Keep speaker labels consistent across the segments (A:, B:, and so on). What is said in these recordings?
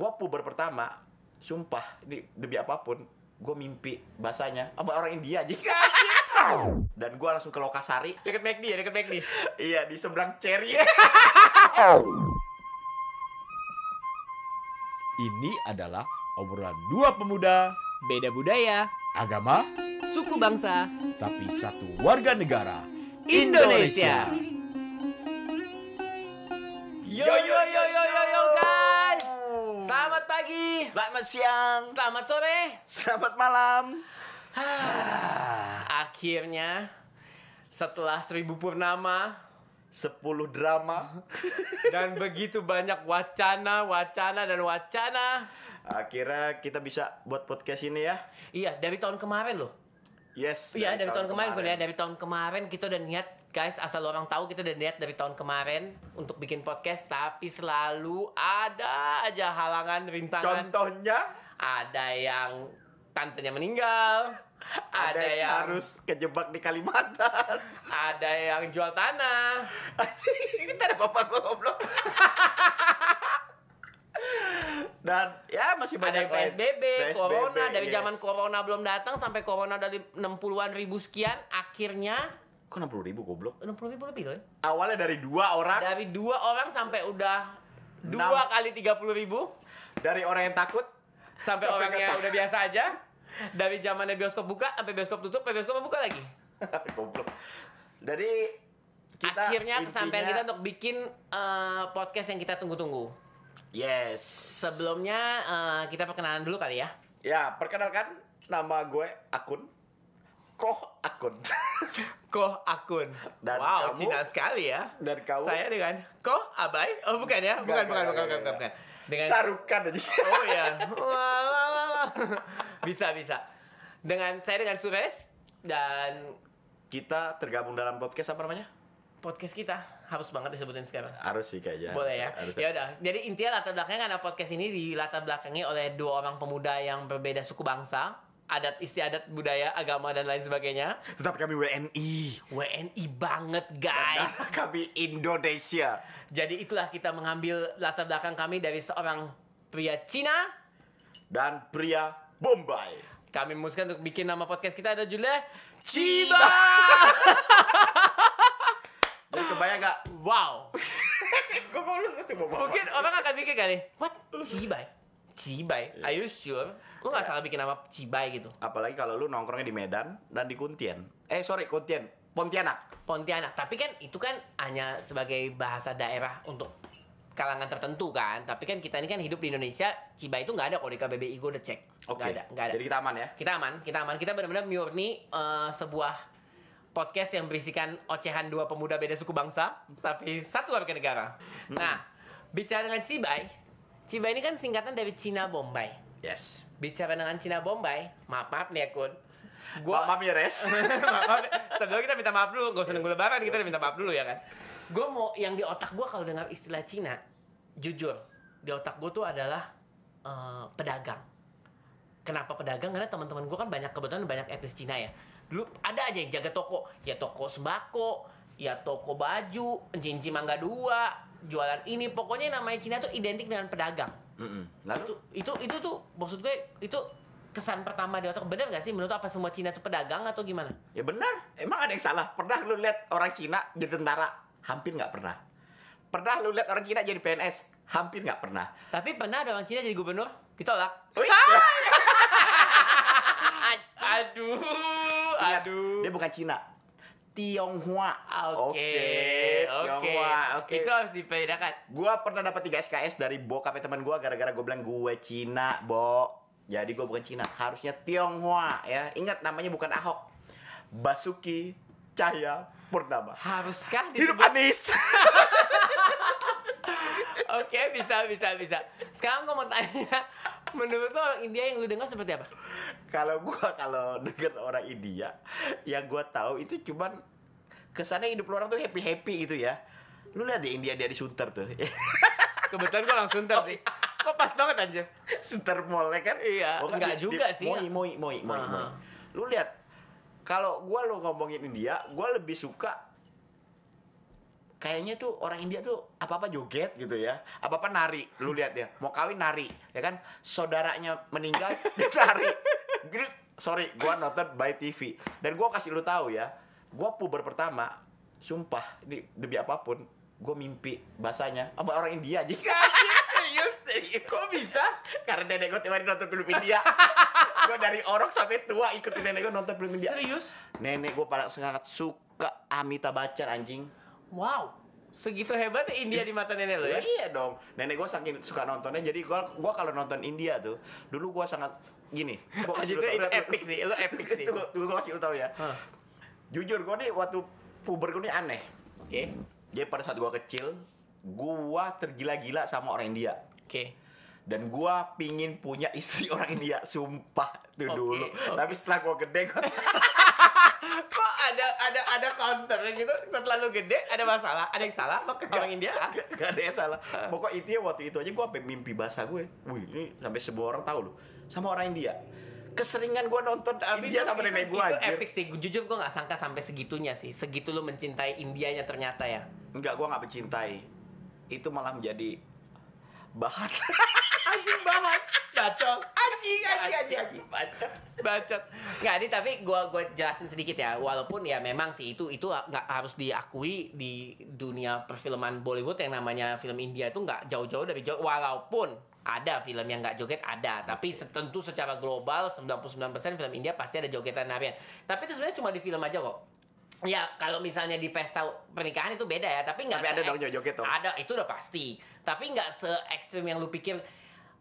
A: Uber pertama, sumpah di, demi apapun, gue mimpi bahasanya sama orang India aja. Dan gue langsung ke Lokasari.
B: Deket McD ya, deket McD.
A: Iya, di seberang Cherry.
C: Ini adalah obrolan dua pemuda,
B: Beda budaya,
C: agama,
B: suku bangsa,
C: tapi satu warga negara.
B: Indonesia.
C: Yo yo yo yo yo yo
B: guys. Selamat pagi,
A: Selamat siang,
B: selamat sore.
A: selamat malam.
B: Nah, Akhirnya setelah seribu purnama
A: 10 drama
B: dan begitu banyak wacana, wacana dan wacana.
A: akhirnya kita bisa buat podcast ini ya
B: Iya, dari tahun kemarin loh.
A: yes
B: Iya, dari, tahun, kemarin, kemarin. dari tahun kemarin kita udah niat guys, asal orang tahu kita udah niat dari tahun kemarin untuk bikin podcast tapi selalu ada aja halangan rintangan.
A: contohnya
B: Ada yang tantenya meninggal,
A: ada, yang, harus kejebak di Kalimantan
B: ada yang jual tanah.
A: kita ada bapak gua goblok dan ya masih
B: ada
A: banyak
B: yang
A: lain.
B: PSBB, corona dari
A: yes.
B: zaman corona belum datang sampai corona dari 60-an ribu sekian akhirnya
A: kok 60 ribu goblok
B: 60 ribu lebih loh ya.
A: awalnya dari dua orang
B: dari dua orang sampai udah dua
A: Enam.
B: kali 30 ribu
A: dari orang yang takut
B: sampai,
A: Sampai
B: orang yang
A: kata-
B: udah biasa aja dari zamannya bioskop buka sampai bioskop tutup sampai bioskop buka lagi
A: goblok jadi kita
B: akhirnya kesampaian
A: intinya-
B: kita untuk bikin eh, podcast yang kita tunggu-tunggu
A: yes
B: sebelumnya eh, kita perkenalan dulu kali ya
A: Ya, perkenalkan nama gue Akun. Koh Akun.
B: Koh Akun
A: Dan
B: Wow
A: kamu-
B: Cina sekali ya
A: Dan kau
B: Saya dengan Koh Abai? Oh bukan ya?
A: Enggak, enggak,
B: Bukan, bukan, bukan, bukan,
A: enggak,
B: bukan, bukan.
A: enggak.
B: Dengan
A: Sarukan aja.
B: Oh ya. Wah, wah, wah, wah. Bisa, bisa. Dengan saya dengan Suresh dan
A: Kita tergabung dalam podcast apa namanya?
B: podcast kita harus banget disebutin sekarang.
A: Harus sih kayaknya.
B: Boleh ya?
A: Harus- harus.
B: Ya udah. Jadi intinya latar belakangnya karena podcast ini dilatar belakangi oleh dua orang pemuda yang berbeda suku bangsa, adat istiadat budaya, agama dan lain sebagainya.
A: Tetap kami WNI.
B: WNI banget,
A: Dan
B: guys.
A: kami Indonesia.
B: Jadi itulah kita mengambil latar belakang kami dari seorang pria Cina
A: Dan pria Bombay.
B: kami memutuskan untuk bikin nama podcast kita ada judulnya
A: Ciba! Jadi kebayang gak?
B: Wow.
A: Kok lu masih mau bawa?
B: Mungkin orang akan mikir kali, what? Cibai? Iya. Cibai? Are you sure? Lu gak salah bikin nama Cibai gitu.
A: Apalagi kalau lu nongkrongnya di Medan dan di Kuntien. Eh, sorry, Kuntien. Pontianak.
B: Pontianak. Tapi kan itu kan hanya sebagai bahasa daerah untuk kalangan tertentu kan. Tapi kan kita ini kan hidup di Indonesia, Cibai itu nggak ada kalau di KBBI gue udah cek. Nggak
A: Oke.
B: ada, nggak ada.
A: Jadi kita aman ya?
B: kita aman, kita aman. Kita benar-benar murni eh, sebuah podcast yang berisikan ocehan dua pemuda beda suku bangsa, tapi satu warga negara. Nah, bicara dengan Cibai, Cibai ini kan singkatan dari Cina Bombay.
A: Yes.
B: Bicara dengan Cina Bombay, maaf maaf nih akun.
A: Gua...
B: Gua
A: Mama Mires.
B: maaf, maaf. Sebelum kita minta maaf dulu, gak usah nunggu lebaran, kita udah minta maaf dulu ya kan. Gue mau yang di otak gue kalau dengar istilah Cina, jujur di otak gue tuh adalah eh, pedagang. Kenapa pedagang? Karena teman-teman gue kan banyak kebetulan banyak etnis Cina ya. Dulu ada aja yang jaga toko, ya toko sembako, ya toko baju, cincin mangga dua, jualan ini. Pokoknya yang namanya Cina tuh identik dengan pedagang.
A: Mm-mm. Lalu?
B: Itu, itu itu tuh maksud gue itu kesan pertama di otak bener gak sih menurut lu apa semua Cina tuh pedagang atau gimana?
A: Ya benar, emang ada yang salah. Pernah lu lihat orang Cina jadi tentara? Hampir nggak pernah. Pernah lu lihat orang Cina jadi PNS? Hampir nggak pernah.
B: Tapi pernah ada orang Cina jadi gubernur? Ditolak.
A: Wih.
B: Ah, Aduh, Iya.
A: Ingat,
B: aduh.
A: Dia bukan Cina. Tionghoa.
B: Oke, oke.
A: Tionghoa. Oke.
B: Itu harus dibedakan.
A: Gua pernah dapat 3 SKS dari bokapnya teman gua gara-gara gua bilang gue Cina, Bo. Jadi gua bukan Cina, harusnya Tionghoa ya. Ingat namanya bukan Ahok. Basuki Cahaya Purnama.
B: Haruskah
A: Hidup
B: disebut-
A: Anis.
B: Oke, bisa, bisa, bisa. Sekarang gue mau tanya, menurut lo orang India yang lu dengar seperti apa?
A: kalau gua kalau denger orang India yang gua tahu itu cuman kesannya hidup lu orang tuh happy happy gitu ya lu lihat di India dia di Sunter tuh
B: Kebetulan gue langsung ter sih. Oh, iya. Kok pas banget anjir.
A: Sunter Mall ya kan
B: Iya, enggak juga sih.
A: moi moi moi moi,
B: Aha.
A: moi. lu lihat kalau gua lu ngomongin India gua lebih suka kayaknya tuh orang India tuh apa-apa joget gitu ya. Apa-apa nari. Lu lihat ya, mau kawin nari, ya kan? Saudaranya meninggal dia nari. Jadi, sorry, gua nonton by TV. Dan gua kasih lu tahu ya, gua puber pertama, sumpah di, demi apapun, gue mimpi bahasanya sama orang India aja.
B: Serius, serius. Kok bisa?
A: Karena nenek gue tiap hari nonton film India. gue dari orang sampai tua ikutin nenek gue nonton film India.
B: Serius?
A: Nenek gue pada sangat suka Amita Bachchan anjing.
B: Wow. Segitu hebatnya India di mata nenek lo ya?
A: Iya dong. Nenek gue saking suka nontonnya jadi gue gua kalau nonton India tuh dulu gue sangat gini. Gua kasih
B: Anjir, itu,
A: lu
B: itu
A: tau-
B: epic sih, lo epic sih.
A: Tunggu, tunggu gue kasih lu tau ya.
B: Hah.
A: Jujur gue nih waktu puber gue nih aneh.
B: Oke,
A: Jadi pada saat gue kecil, gue tergila-gila sama orang India.
B: oke.
A: dan gua pingin punya istri orang India sumpah tuh
B: Oke,
A: dulu
B: oke.
A: tapi setelah gua gede gua
B: Kok ada ada ada counter gitu? Setelah lu gede ada masalah, ada yang salah sama orang India? ah?
A: gak ada yang salah pokok intinya waktu itu aja gua sampai mimpi bahasa gue wih ini sampai semua orang tahu loh sama orang India keseringan gua nonton India
B: itu-
A: sama
B: itu-
A: nenek gua
B: Itu
A: anjir.
B: epic sih. Jujur gue nggak sangka sampai segitunya sih. Segitu lu mencintai Indianya ternyata ya.
A: enggak gua nggak mencintai itu malah menjadi bahan
B: Anjing banget. Bacot. Anjing, anjing, anjing, anjing.
A: bacot
B: Bacot. Nggak, ini tapi gua gua jelasin sedikit ya. Walaupun ya memang sih itu itu nggak harus diakui di dunia perfilman Bollywood yang namanya film India itu nggak jauh-jauh dari jauh. Walaupun ada film yang nggak joget ada, tapi se- tentu secara global 99% film India pasti ada jogetan narian. Tapi itu sebenarnya cuma di film aja kok. Ya kalau misalnya di pesta pernikahan itu beda ya, tapi nggak
A: Tapi ada
B: se-
A: dong joget-joget dong.
B: Ada, itu udah pasti. Tapi nggak se ekstrim yang lu pikir.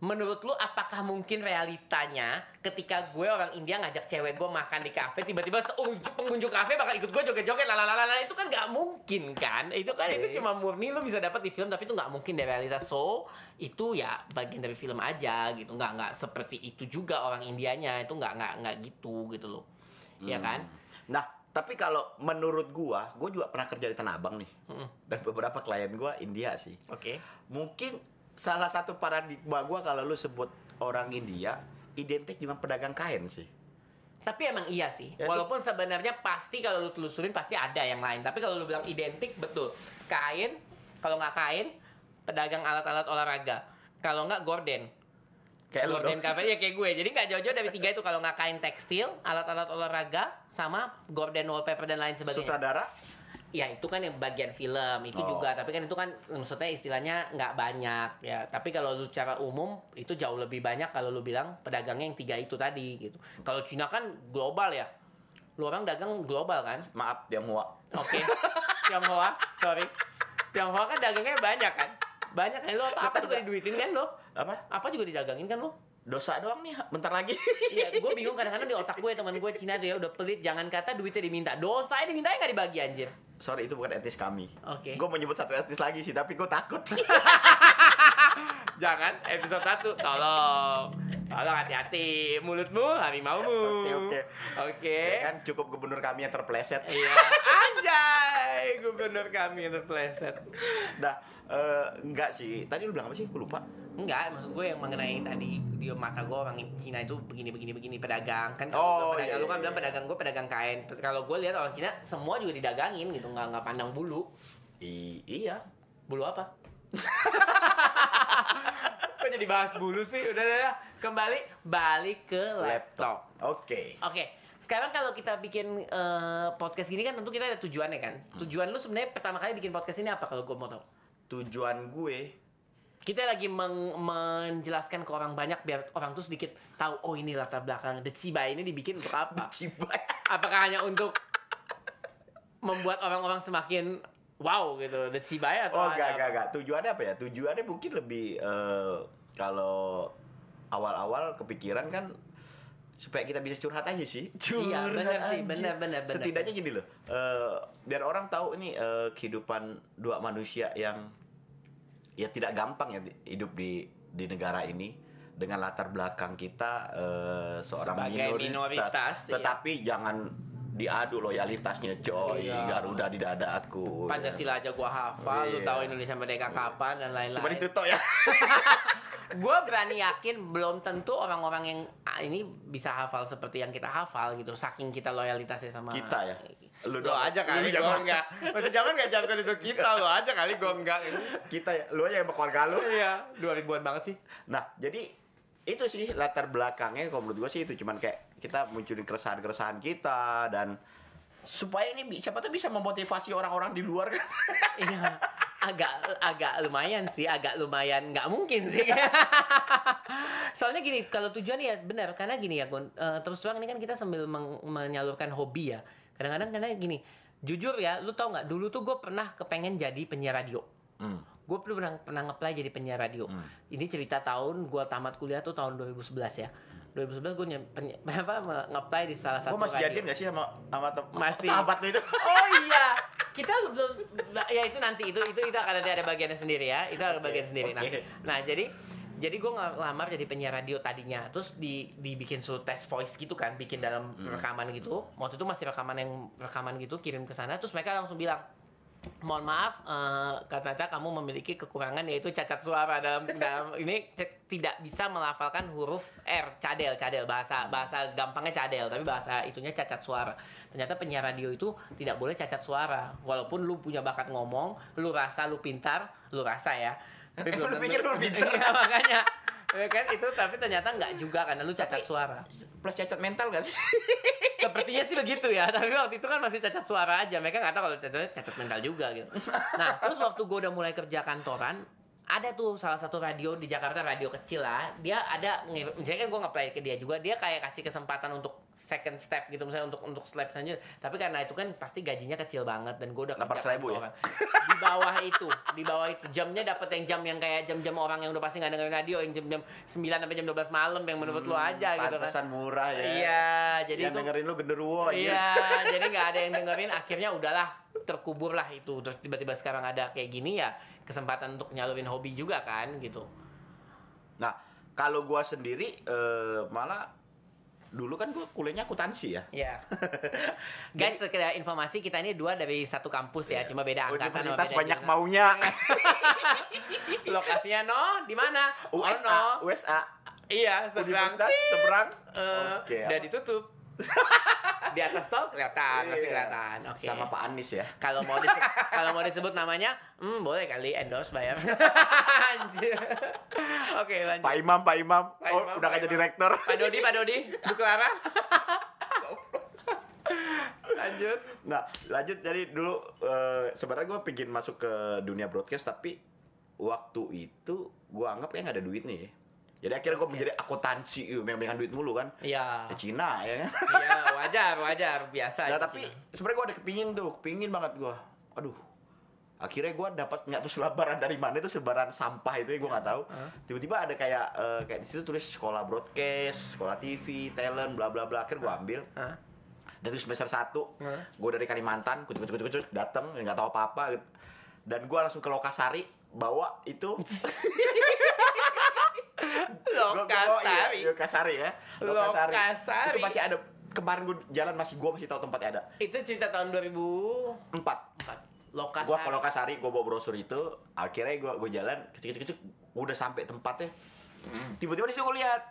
B: Menurut lu apakah mungkin realitanya ketika gue orang India ngajak cewek gue makan di kafe tiba-tiba seunjuk pengunjung kafe bakal ikut gue joget-joget lalalala itu kan nggak mungkin kan itu kan
A: Oke.
B: itu cuma murni lu bisa dapat di film tapi itu nggak mungkin di realitas so itu ya bagian dari film aja gitu nggak nggak seperti itu juga orang Indianya itu nggak nggak nggak gitu gitu loh ya kan
A: nah tapi kalau menurut gua gua juga pernah kerja di Tanah Abang nih
B: Mm-mm.
A: dan beberapa klien gua India sih
B: oke
A: mungkin salah satu paradigma gua kalau lu sebut orang India identik dengan pedagang kain sih
B: Tapi emang iya sih.
A: Ya, itu-
B: Walaupun sebenarnya pasti kalau lu telusurin pasti ada yang lain. Tapi kalau lu bilang identik betul. Kain, kalau nggak kain, pedagang alat-alat olahraga. Kalau nggak gorden.
A: kayak lu
B: gorden
A: dong
B: cafe ya kayak gue. Jadi nggak jauh-jauh dari tiga itu kalau nggak kain tekstil, alat-alat olahraga, sama gorden wallpaper dan lain sebagainya.
A: sutradara
B: Ya itu kan yang bagian film itu
A: Oh.
B: juga, tapi kan itu kan maksudnya istilahnya nggak banyak ya. Tapi kalau lu secara umum itu jauh lebih banyak kalau lu bilang pedagangnya yang tiga itu tadi gitu. Kalau Cina kan global ya, lu orang dagang global kan?
A: maaf Tionghoa
B: Oke, Tionghoa, sorry, Tionghoa kan dagangnya banyak kan? Banyak kan lu apa apa juga diduitin kan lu?
A: apa
B: Apa juga didagangin kan lu?
A: dosa doang nih bentar lagi
B: Iya, gue bingung kadang-kadang di otak gue teman gue Cina tuh ya udah pelit, jangan kata duitnya diminta, dosa ini diminta nggak dibagi anjir.
A: sorry itu bukan etnis kami
B: Oke.
A: gue menyebut satu etnis lagi sih tapi gue takut
B: Jangan Ya kan? episode 1 Tolong Tolong hati-hati Mulutmu harimaumu
A: Oke, oke.
B: Oke
A: Ya kan cukup gubernur kami yang terpleset
B: Iya Anjay Gubernur kami yang terpleset
A: nah eh, enggak sih tadi lu bilang apa sih gue lupa
B: Enggak maksud gue yang mengenai tadi Di mata gue orang Cina itu begini-begini-begini pedagang Kan
A: Oh,
B: kalau
A: iya,
B: gue pedagang, lu kan
A: iya,
B: bilang
A: iya.
B: pedagang gue pedagang kain Terus Kalau gue lihat orang Cina semua juga didagangin gitu Nggak, nggak pandang bulu
A: I- iya
B: Bulu apa? Kok jadi bahas bulu sih? Udah, udah, udah. Kembali Balik ke laptop.
A: oke
B: Oke, sekarang kalau kita bikin eh, podcast gini kan tentu kita ada tujuannya kan.
A: Hmm.
B: Tujuan lu sebenarnya pertama kali bikin podcast ini apa kalau gue mau tahu?
A: tujuan gue
B: Kita lagi meng- menjelaskan ke orang banyak biar orang tuh sedikit tahu oh ini latar belakang The Ciba ini dibikin untuk apa?
A: cibai
B: Apakah hanya untuk membuat orang-orang semakin wow gitu The Ciba ya atau
A: Oh, enggak,
B: ada apa?
A: enggak, enggak. Tujuannya apa ya? Tujuannya mungkin lebih eh, kalau awal-awal kepikiran kan supaya kita bisa curhat aja sih.
B: Iya, bener
A: Curhat
B: sih,
A: aja.
B: bener, bener, bener.
A: Setidaknya gini loh. eh, biar orang tahu ini eh, kehidupan dua manusia yang ya tidak gampang ya di- hidup di di negara ini dengan latar belakang kita eh, seorang
B: Sebagai
A: minoritas.
B: minoritas, iya.
A: Tetapi jangan diadu loyalitasnya coy.
B: Iya.
A: Garuda di dada aku. ya.
B: Pancasila aja gua hafal, lu
A: Iya.
B: tahu Indonesia merdeka kapan dan lain-lain.
A: Cuma ditutup ya.
B: gue berani yakin belum tentu orang-orang yang ah, ini bisa hafal seperti yang kita hafal gitu saking kita loyalitasnya sama
A: Kita ya? Lu
B: Lo
A: doang.
B: aja kali
A: Lu
B: gue
A: jangan.
B: enggak. Maksudnya jangan nggak jatuh itu kita lo aja kali gue enggak. Ini.
A: Kita ya, lu aja sama keluarga lu.
B: Iya, 2000-an banget sih.
A: Nah, jadi itu sih latar belakangnya kalau menurut gue sih itu cuman kayak kita munculin keresahan-keresahan kita dan supaya ini bi- siapa tuh bisa memotivasi orang-orang di luar kan.
B: Iya. Agak agak lumayan sih, agak lumayan nggak mungkin sih. Soalnya gini, kalau tujuan ya benar karena gini ya, Gon. Eh, terus terang ini kan kita sambil meng- menyalurkan hobi ya. Kadang-kadang karena gini, jujur ya, lu tau nggak dulu tuh gue pernah kepengen jadi penyiar radio. Gue dulu pernah pernah ngeplay jadi penyiar radio.
A: Hmm.
B: Ini cerita tahun gue tamat kuliah tuh tahun 2011 ya. 2011 gue nyem- peny- apa me- ngeplay di salah satu
A: Gue Hmm. masih
B: radio.
A: jadian gak sih sama sama tem-
B: Masih.
A: sahabat lu itu?
B: Oh iya. Kita belum ya itu nanti itu itu itu akan nanti ada bagiannya sendiri ya. Itu ada bagian sendiri. Nah,
A: oke.
B: nah jadi jadi gue ngelamar jadi penyiar radio tadinya, terus di, dibikin suruh tes voice gitu kan, bikin dalam
A: Hmm.
B: rekaman gitu. Waktu itu masih rekaman yang rekaman gitu, kirim ke sana, terus mereka langsung bilang, mohon maaf, eh, kata-kata kamu memiliki kekurangan yaitu cacat suara dalam, dalam ini t- tidak bisa melafalkan huruf R, cadel, cadel bahasa bahasa gampangnya cadel, tapi bahasa itunya cacat suara. Ternyata penyiar radio itu tidak boleh cacat suara, walaupun lu punya bakat ngomong, lu rasa lu pintar, lu rasa ya. Tapi
A: Lu
B: tentu-
A: pikir lu pintar?
B: Iya, makanya. Ya kan itu tapi ternyata nggak juga karena lu cacat
A: Tapi-
B: suara.
A: Plus cacat mental gak sih?
B: Sepertinya sih begitu ya, tapi waktu itu kan masih cacat suara aja. Mereka nggak tahu kalau cacat, cacat mental juga gitu. Nah, terus waktu gue udah mulai kerja kantoran, ada tuh salah satu radio di Jakarta, radio kecil lah. Dia ada, ngirim- misalnya kan gue nge-play ke dia juga, dia kayak kasih kesempatan untuk second step gitu, misalnya untuk untuk step selanjutnya. Tapi karena itu kan pasti gajinya kecil banget dan gue udah kerja
A: 800.000 ya?
B: kantoran. Di bawah itu, di bawah itu jamnya dapat yang jam yang kayak jam-jam orang yang udah pasti nggak dengerin radio, yang jam-jam 9 sampai jam 12 malam yang menurut lo aja gitu kan.
A: Hmm, Pantesan murah ya.
B: Iya, jadi
A: yang
B: itu
A: dengerin lu genderuwo anjir.
B: Iya, jadi nggak ada yang dengerin. Akhirnya udahlah terkubur lah itu. Terus tiba-tiba sekarang ada kayak gini ya kesempatan untuk nyalurin hobi juga kan gitu.
A: Nah, kalau gua sendiri eh, malah dulu kan gua kuliahnya akuntansi ya.
B: Ya. Guys, sekedar informasi kita ini dua dari satu kampus ya, cuma beda angkatan sama
A: Iya. Universitas
B: beda
A: banyak
B: jurusan.
A: maunya.
B: Lokasinya no, di mana? Oh,
A: USA,
B: no.
A: USA,
B: Iya, seberang.
A: Universitas seberang.
B: Eh,
A: Oke,
B: dan
A: apa?
B: ditutup. di atas tol kelihatan,
A: Iya.
B: masih kelihatan. Oke.
A: Sama Pak Anies ya.
B: kalau mau disebut, kalau mau disebut namanya hmm, boleh kali endorse bayar Anjir. oke lanjut
A: Pak Imam, Pak Imam. oh,
B: Pak Imam,
A: udah
B: Pak
A: gak jadi
B: Imam.
A: rektor.
B: Pak Dodi Pak Dodi Bu Clara lanjut
A: Nah, lanjut dari dulu eh, sebenarnya gue pingin masuk ke dunia broadcast tapi waktu itu gue anggap kayak gak ada duit nih. Jadi akhirnya gue menjadi akuntansi, megang-megang duit mulu kan.
B: ya
A: Ya, Cina ya kan.
B: ya wajar wajar biasa
A: Nah,
B: itu,
A: tapi
B: Cina.
A: sebenarnya gue ada kepingin tuh, kepingin banget gue. Aduh, akhirnya gue dapat nggak tuh selebaran dari mana itu sebaran sampah itu gue
B: Iya,
A: nggak tahu. Tiba-tiba ada kayak eh, kayak di situ tulis sekolah broadcast, sekolah TV, talent, bla bla bla. Akhirnya gue ambil.
B: Hah?
A: Dan itu semester 1
B: Hah?
A: gue dari Kalimantan, kucuk kucuk kucuk datang nggak tahu apa apa. Dan gue langsung ke Lokasari bawa itu Gua-
B: kan,
A: gua bawa, iya,
B: Lokasari
A: Lokasari ya Lokasari.
B: Lokasari.
A: itu masih ada kemarin gue jalan masih gue masih tahu tempatnya ada
B: itu cerita tahun 2004
A: empat
B: Lokasari
A: gua kalau kan- kasari gua bawa brosur itu akhirnya gua gua jalan kecil kecil udah sampai tempatnya tiba-tiba di situ gua lihat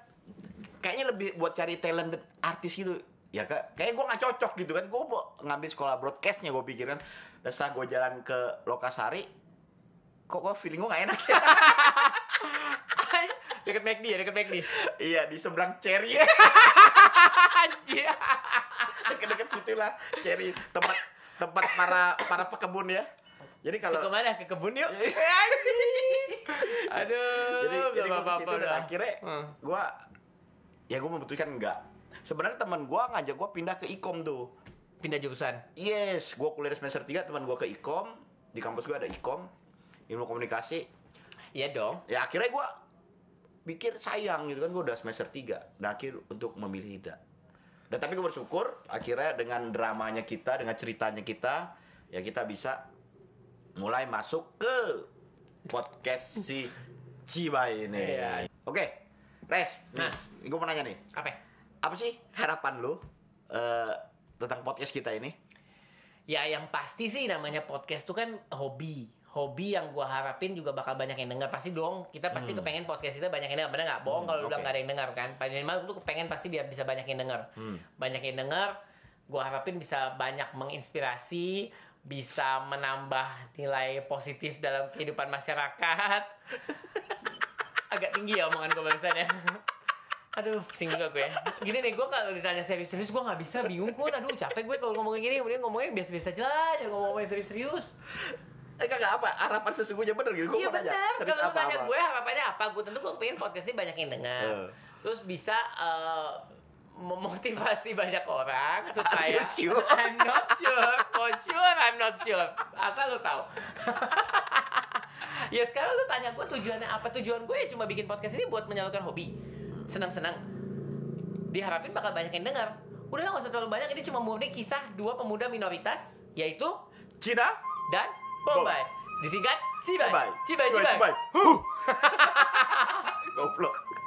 A: kayaknya lebih buat cari talent dan artis gitu ya kak kayak gua nggak cocok gitu kan gua mau ngambil sekolah broadcastnya gua pikirin dan setelah gua jalan ke lokasari kok kok feeling gua nggak enak ya
B: deket McD ya deket McD
A: iya di seberang cherry Iya.
B: anjir
A: deket-deket situ lah cherry tempat tempat para para pekebun ya jadi kalau
B: ke mana ke kebun yuk aduh
A: Iya. jadi jadi
B: belum
A: gue kesitu dan
B: udah.
A: akhirnya
B: Hmm.
A: gue ya gue membutuhkan enggak sebenarnya teman gue ngajak gue pindah ke ikom tuh
B: pindah jurusan
A: yes gue kuliah di semester 3 teman gue ke ikom di kampus gue ada ikom ilmu komunikasi
B: iya dong
A: ya akhirnya gue pikir sayang gitu kan gue udah semester 3 dan akhir untuk memilih tidak dan tapi gue bersyukur akhirnya dengan dramanya kita dengan ceritanya kita ya kita bisa mulai masuk ke podcast si Ciba ini
B: Iya.
A: oke Res nah
B: Nah.
A: gue mau nanya nih
B: apa ya?
A: apa sih harapan lu eh, tentang podcast kita ini
B: ya yang pasti sih namanya podcast tuh kan hobi hobi yang gua harapin juga bakal banyak yang dengar pasti dong kita pasti kepengen podcast kita banyak yang dengar bener nggak bohong
A: Hmm,
B: kalau lu bilang
A: oke.
B: nggak ada yang dengar kan minimal tuh kepengen pasti biar bisa banyak yang dengar
A: Hmm.
B: banyak yang dengar Gue harapin bisa banyak menginspirasi, bisa menambah nilai positif dalam kehidupan masyarakat. Agak tinggi ya omongan gue barusan ya. Aduh, pusing juga gue. Gini nih, gue kalau ditanya serius-serius, gue nggak bisa, bingung gue. Aduh, capek gue kalau ngomongin gini. Kemudian ngomongnya biasa-biasa aja lah, jangan ngomongin serius-serius.
A: Eh kagak apa, harapan sesungguhnya bener gitu. Gue
B: Iya
A: mau nanya,
B: benar.
A: serius
B: Kalau lu
A: apa,
B: tanya
A: apa?
B: gue harapannya apa? Gue tentu gue pengen podcast ini banyak yang dengar.
A: Eh.
B: Terus bisa eh, memotivasi banyak orang supaya
A: you sure?
B: I'm not sure, for sure I'm not sure. Asal lu tahu. ya sekarang lu tanya gue tujuannya apa? Tujuan gue ya cuma bikin podcast ini buat menyalurkan hobi. Senang-senang. Diharapin bakal banyak yang dengar. Udah lah gak usah terlalu banyak, ini cuma murni kisah dua pemuda minoritas, yaitu
A: Cina?
B: dan Bombay. Disingkat Cibai.
A: Cibai.
B: Cibai, Cibai.
A: Huh. Goblok.